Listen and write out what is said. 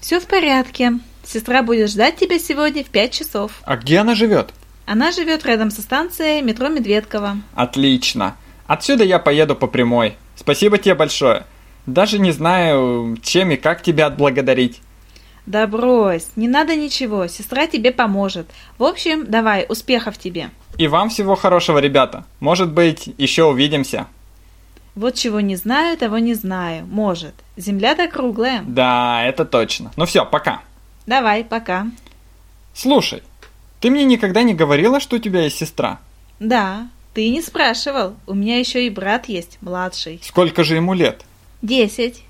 Все в порядке. Сестра будет ждать тебя сегодня в пять часов. А где она живет? Она живет рядом со станцией метро Медведково. Отлично. Отсюда я поеду по прямой. Спасибо тебе большое. Даже не знаю, чем и как тебя отблагодарить. Да брось, не надо ничего, сестра тебе поможет. В общем, давай, успехов тебе. И вам всего хорошего, ребята. Может быть, еще увидимся. Вот чего не знаю, того не знаю. Может. Земля-то круглая. Да, это точно. Ну все, пока. Давай, пока. Слушай, ты мне никогда не говорила, что у тебя есть сестра? Да, ты не спрашивал. У меня еще и брат есть, младший. Сколько же ему лет? Десять.